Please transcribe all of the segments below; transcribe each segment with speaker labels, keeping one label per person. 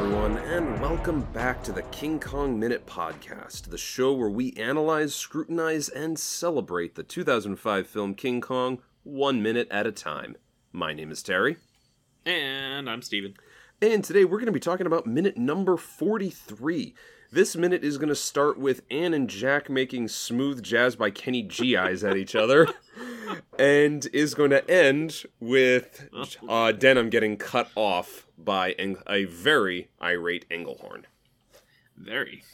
Speaker 1: and welcome back to the King Kong Minute Podcast, the show where we analyze, scrutinize, and celebrate the 2005 film King Kong one minute at a time. My name is Terry,
Speaker 2: And I'm Steven.
Speaker 1: and today we're going to be talking about minute number 43. This minute is going to start with Anne and Jack making smooth jazz by Kenny G eyes at each other, and is going to end with uh, Denham getting cut off by Eng- a very irate Engelhorn.
Speaker 2: Very.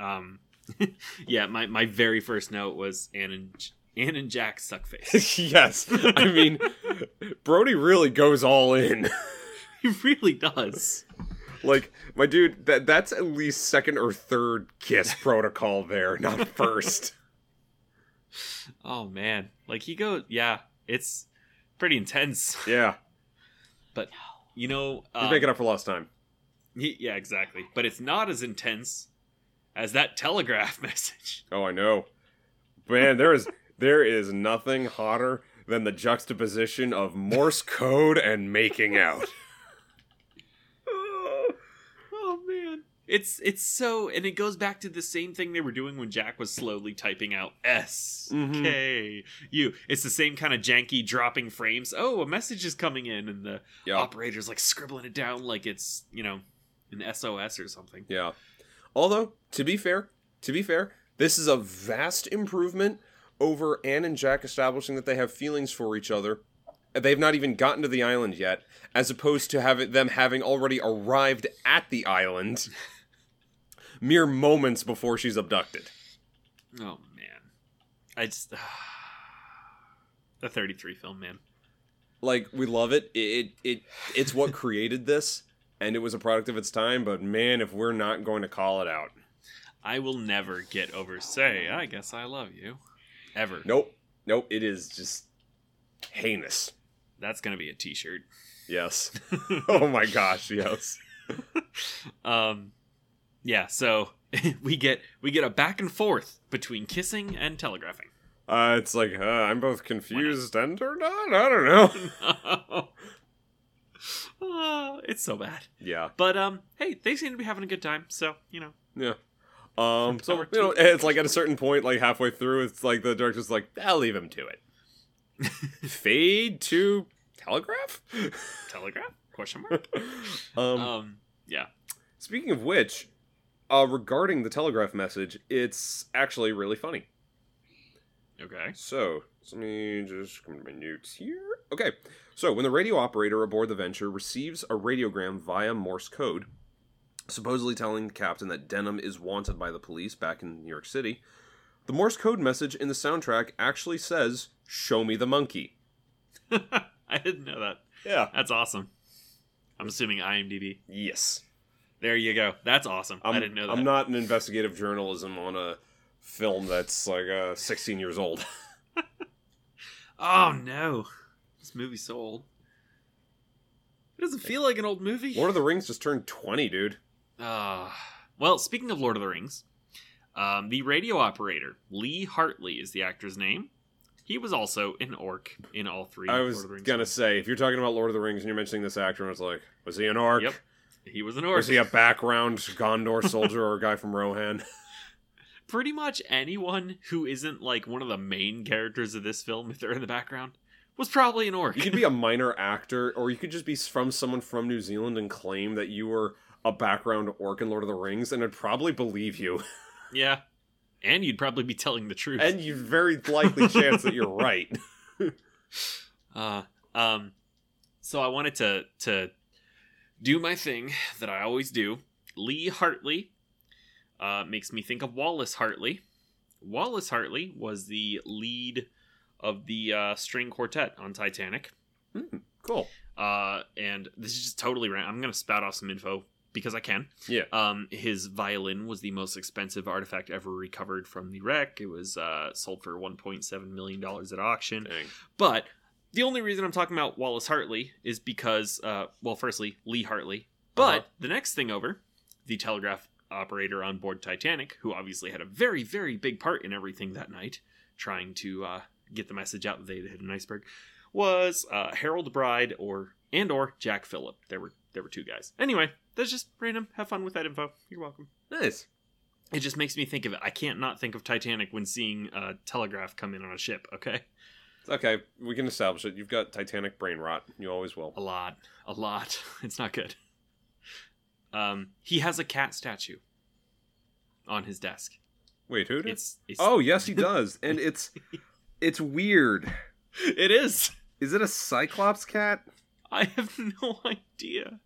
Speaker 2: Um yeah, my, my very first note was Ann and J- Ann and Jack suck face.
Speaker 1: yes. I mean, Brody really goes all in.
Speaker 2: he really does.
Speaker 1: like, my dude, that that's at least second or third kiss protocol there, not first.
Speaker 2: Oh man. Like he goes yeah, it's pretty intense.
Speaker 1: yeah.
Speaker 2: You know
Speaker 1: He's
Speaker 2: um,
Speaker 1: making up for lost time.
Speaker 2: he- yeah, exactly. But it's not as intense as that telegraph message.
Speaker 1: Oh, I know. Man, there is there is nothing hotter than the juxtaposition of Morse code and making out.
Speaker 2: Oh, man. It's it's so and it goes back to the same thing they were doing when Jack was slowly typing out S
Speaker 1: Mhm.
Speaker 2: K U. It's the same kind of janky dropping frames. Oh, a message is coming in and the
Speaker 1: Yeah.
Speaker 2: operator's like scribbling it down like it's, you know, an SOS or something.
Speaker 1: Yeah. Although, to be fair, to be fair, this is a vast improvement over Anne and Jack establishing that they have feelings for each other. They've not even gotten to the island yet, as opposed to having them having already arrived at the island mere moments before she's abducted.
Speaker 2: Oh man. I just the 33 film, man.
Speaker 1: Like we love it. It it, it it's what created this, and it was a product of its time. But man, if we're not going to call it out,
Speaker 2: I will never get over say, I guess I love you. Ever.
Speaker 1: nope, nope. It is just heinous.
Speaker 2: That's going to be a t-shirt.
Speaker 1: Yes. oh my gosh, yes.
Speaker 2: um yeah, so we get we get a back and forth between kissing and telegraphing.
Speaker 1: Uh, it's like, uh, I'm both confused and turned on. I don't know.
Speaker 2: Ah, it's so bad.
Speaker 1: yeah,
Speaker 2: But um hey, they seem to be having a good time, so, you know.
Speaker 1: yeah. Um, so,
Speaker 2: Power
Speaker 1: you know,
Speaker 2: to-
Speaker 1: it's like at a certain point, like halfway through, it's like the director's like, I'll leave him to it. Fade to telegraph?
Speaker 2: Telegraph? Question mark?
Speaker 1: um,
Speaker 2: um yeah.
Speaker 1: speaking of which, uh, regarding the telegraph message, it's actually really funny.
Speaker 2: Okay.
Speaker 1: So, let me just come to my notes here. Okay. So, when the radio operator aboard the Venture receives a radiogram via Morse code, supposedly telling the captain that Denham is wanted by the police back in New York City, the Morse code message in the soundtrack actually says, Show me the monkey.
Speaker 2: I didn't know that.
Speaker 1: Yeah.
Speaker 2: That's awesome. I'm assuming IMDb.
Speaker 1: Yes.
Speaker 2: There you go. That's awesome.
Speaker 1: I'm,
Speaker 2: I didn't know that.
Speaker 1: I'm not an investigative journalism on a film that's like uh, 16 years old.
Speaker 2: Oh no. This movie's so old. It doesn't feel like an old movie.
Speaker 1: Lord of the Rings just turned 20, dude.
Speaker 2: Uh, well, speaking of Lord of the Rings, um, the radio operator, Lee Hartley is the actor's name. He was also an orc in all three
Speaker 1: I
Speaker 2: Lord
Speaker 1: was
Speaker 2: of the Rings
Speaker 1: gonna
Speaker 2: films.
Speaker 1: say, if you're talking about Lord of the Rings and you're mentioning this actor, and it's like, was he an orc?
Speaker 2: Yep. He was an orc.
Speaker 1: Was he a background Gondor soldier or a guy from Rohan?
Speaker 2: Pretty much anyone who isn't like one of the main characters of this film, if they're in the background, was probably an orc.
Speaker 1: You could be a minor actor, or you could just be from someone from New Zealand and claim that you were a background orc in Lord of the Rings, and I'd probably believe you.
Speaker 2: yeah. And you'd probably be telling the truth.
Speaker 1: And you very likely chance that you're right.
Speaker 2: Uh, um, so I wanted to to do my thing that I always do. Lee Hartley uh, makes me think of Wallace Hartley. Wallace Hartley was the lead of the uh, string quartet on Titanic.
Speaker 1: Cool.
Speaker 2: Uh, and this is just totally random. I'm gonna spout off some info because I can.
Speaker 1: Yeah.
Speaker 2: Um, his violin was the most expensive artifact ever recovered from the wreck. It was uh, sold for 1.7 million dollars at auction.
Speaker 1: Dang.
Speaker 2: But the only reason I'm talking about Wallace Hartley is because, uh, well, firstly, Lee Hartley. But
Speaker 1: Uh-huh.
Speaker 2: the next thing over, the telegraph operator on board Titanic, who obviously had a very, very big part in everything that night, trying to uh, get the message out that they had hit an iceberg, was uh, Harold Bride or and or Jack Phillip. There were there were two guys. Anyway, that's just random. Have fun with that info. You're welcome.
Speaker 1: Nice.
Speaker 2: It just makes me think of it. I can't not think of Titanic when seeing a telegraph come in on a ship. Okay,
Speaker 1: It's okay. We can establish it. You've got Titanic brain rot. You always will.
Speaker 2: a lot, a lot. It's not good. Um, he has a cat statue on his desk.
Speaker 1: Wait, who? Did?
Speaker 2: It's, it's
Speaker 1: Oh, yes, he does, and it's it's weird.
Speaker 2: it is.
Speaker 1: Is it a Cyclops cat?
Speaker 2: I have no idea.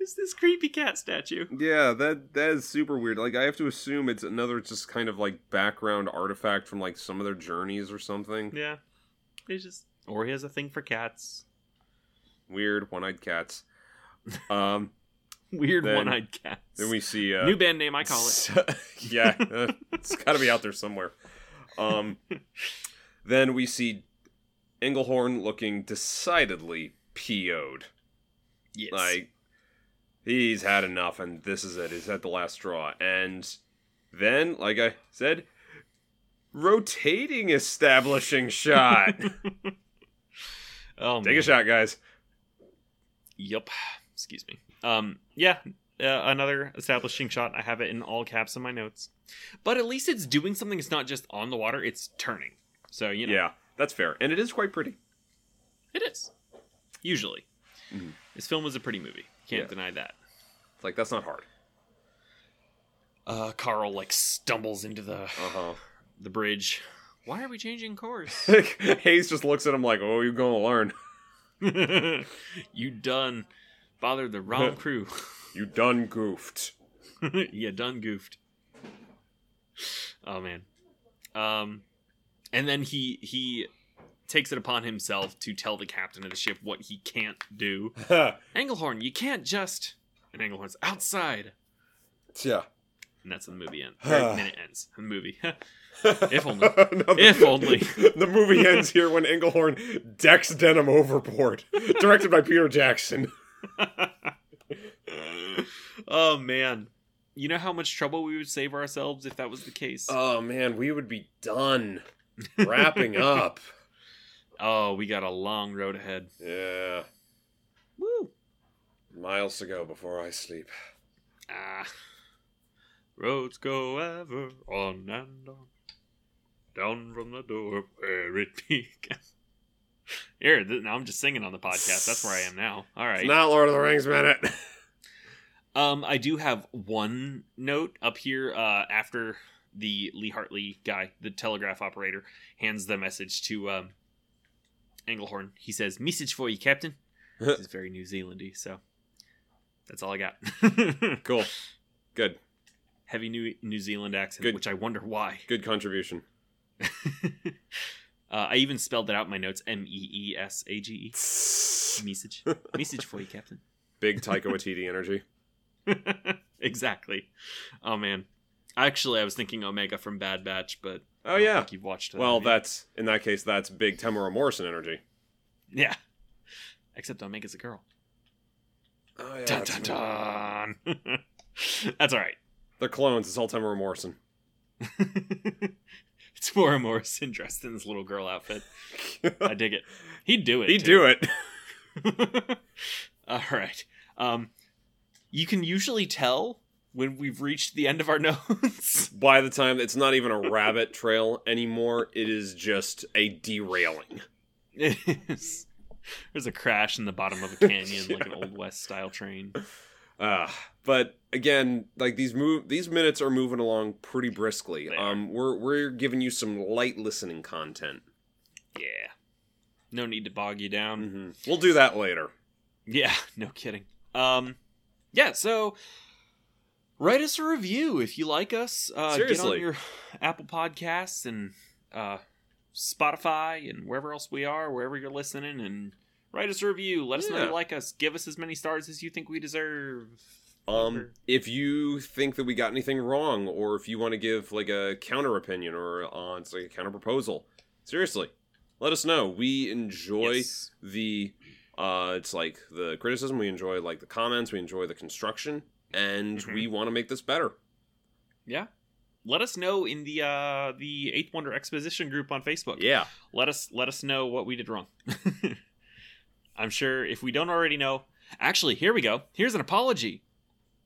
Speaker 2: Is this creepy cat statue?
Speaker 1: Yeah, that that is super weird. Like I have to assume it's another just kind of like background artifact from like some of their journeys or something.
Speaker 2: Yeah, it's just or he has a thing for cats.
Speaker 1: Weird one-eyed cats. Um
Speaker 2: Weird
Speaker 1: Then-
Speaker 2: one-eyed cats.
Speaker 1: then we see uh
Speaker 2: New band name, I call it.
Speaker 1: yeah, uh, it's got to be out there somewhere. Um then we see Engelhorn looking decidedly PO'd.
Speaker 2: Yes.
Speaker 1: Like he's had enough, and this is it. He's at the last straw, and then, like I said, rotating establishing shot.
Speaker 2: oh,
Speaker 1: Take
Speaker 2: man.
Speaker 1: a shot, guys.
Speaker 2: Yup. Excuse me. Um, yeah, uh, another establishing shot. I have it in all caps in my notes. But at least it's doing something. It's not just on the water. It's turning. So you know,
Speaker 1: Yeah, that's fair, and it is quite pretty.
Speaker 2: it is. Usually,
Speaker 1: Mhm.
Speaker 2: this film was a pretty movie. Can't
Speaker 1: Yeah.
Speaker 2: deny that.
Speaker 1: It's Like that's not hard.
Speaker 2: Uh, Carl like stumbles into the
Speaker 1: Uh
Speaker 2: the bridge. Why are we changing course?
Speaker 1: huh. Hayes just looks at him like, "Oh, you're gonna learn.
Speaker 2: you done bothered the wrong crew.
Speaker 1: You done goofed."
Speaker 2: yeah, done goofed. Oh man. Um and then he he takes it upon himself to tell the captain of the ship what he can't do. Engelhorn, you can't just and Engelhorn's outside.
Speaker 1: yeah.
Speaker 2: And that's when the movie ends. Or then it ends. The movie. If only.
Speaker 1: No,
Speaker 2: If only.
Speaker 1: The movie ends here when Engelhorn decks Denim overboard, directed by Peter Jackson.
Speaker 2: oh man. You know how much trouble we would save ourselves if that was the case?
Speaker 1: Oh man, we would be done wrapping up.
Speaker 2: oh, we got a long road ahead.
Speaker 1: Yeah,
Speaker 2: Woo.
Speaker 1: miles to go before I sleep.
Speaker 2: Ah. Roads go ever on and on. Down from the door where it began. Here, th- now I'm just singing on the podcast. That's where I am now. All right.
Speaker 1: It's not Lord of the Rings minute.
Speaker 2: um, I do have one note up here. Uh, after the Lee Hartley guy, the telegraph operator, hands the message to um, Engelhorn. He says, "Message for you, Captain." this is very New Zealandy, so that's all I got.
Speaker 1: cool, good,
Speaker 2: heavy New New Zealand accent,
Speaker 1: Good.
Speaker 2: which I wonder why.
Speaker 1: good contribution.
Speaker 2: uh, I even spelled that out in my notes: M E E S A G E. Message, message for you, Captain.
Speaker 1: Big Taika Waititi energy.
Speaker 2: exactly. Oh man, actually, I was thinking Omega from Bad Batch, but I
Speaker 1: Oh
Speaker 2: don't
Speaker 1: yeah.
Speaker 2: think you've watched. That
Speaker 1: Well,
Speaker 2: movie.
Speaker 1: that's in that case, that's big Tamara Morrison energy.
Speaker 2: yeah. Except Omega's a girl.
Speaker 1: Oh yeah,
Speaker 2: Dun, dun, dun. that's all right.
Speaker 1: they're clones. It's all Tamara Morrison.
Speaker 2: it's more and more dressed in this little girl outfit. I dig it. He'd do it.
Speaker 1: He'd do
Speaker 2: too.
Speaker 1: it.
Speaker 2: All right. Um, you can usually tell when we've reached the end of our notes.
Speaker 1: By the time it's not even a rabbit trail anymore, it is just a derailing.
Speaker 2: It is- There's a crash in the bottom of a canyon, like an old west style train.
Speaker 1: Uh, but again, like these move these minutes are moving along pretty briskly.
Speaker 2: They
Speaker 1: Um we're we're giving you some light listening content.
Speaker 2: Yeah. No need to bog you down.
Speaker 1: Mm-hmm. We'll do that later.
Speaker 2: Yeah. No kidding. Um, yeah. So. Write us a review if you like us. Uh,
Speaker 1: Seriously.
Speaker 2: Get on your Apple Podcasts and uh, Spotify and wherever else we are, wherever you're listening, and write us a review. Let us know
Speaker 1: Yeah.
Speaker 2: you like us. Give us as many stars as you think we deserve.
Speaker 1: Um
Speaker 2: Whatever.
Speaker 1: if you think that we got anything wrong or if you want to give like a counter opinion or on it's like a counter proposal, seriously, let us know. We enjoy
Speaker 2: Yes.
Speaker 1: the uh it's like the criticism, we enjoy like the comments, we enjoy the construction, and
Speaker 2: Mhm.
Speaker 1: we want to make this better.
Speaker 2: Yeah. Let us know in the uh the Eighth Wonder Exposition group on Facebook.
Speaker 1: Yeah.
Speaker 2: Let us let us know what we did wrong. I'm sure if we don't already know, Actually, here we go. Here's an apology.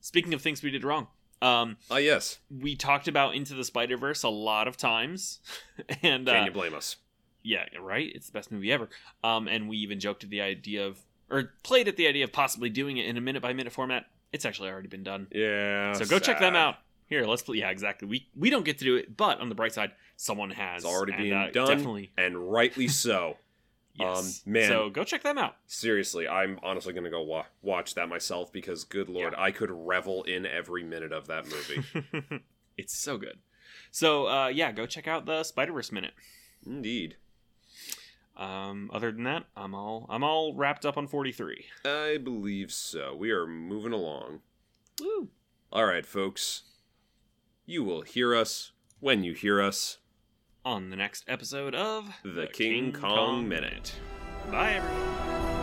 Speaker 2: Speaking of things we did wrong, um,
Speaker 1: Ah, yes.
Speaker 2: we talked about Into the Spider Verse a lot of times, and
Speaker 1: Can
Speaker 2: uh,
Speaker 1: you blame us?
Speaker 2: yeah, right. It's the best movie ever. Um, and we even joked at the idea of, or played at the idea of possibly doing it in a minute by minute format. It's actually already been done.
Speaker 1: Yeah.
Speaker 2: So go check them
Speaker 1: Oh, sad.
Speaker 2: out. Here, let's play. Yeah, exactly. We we don't get to do it, but on the bright side, someone has
Speaker 1: It's already
Speaker 2: and,
Speaker 1: being
Speaker 2: uh,
Speaker 1: done.
Speaker 2: Definitely,
Speaker 1: And rightly so.
Speaker 2: yes.
Speaker 1: Um, man.
Speaker 2: So go check them out.
Speaker 1: Seriously, I'm honestly going to go wa- watch that myself because, good lord, I could revel in every minute of that movie.
Speaker 2: it's so good. So uh, yeah, go check out the Spider Verse minute.
Speaker 1: Indeed.
Speaker 2: Um, other than that, I'm all I'm all wrapped up on 43.
Speaker 1: I believe so. We are moving along.
Speaker 2: Woo!
Speaker 1: All right, folks. You will hear us when you hear us.
Speaker 2: On the next episode of
Speaker 1: The King Kong Minute.
Speaker 2: Bye, everyone.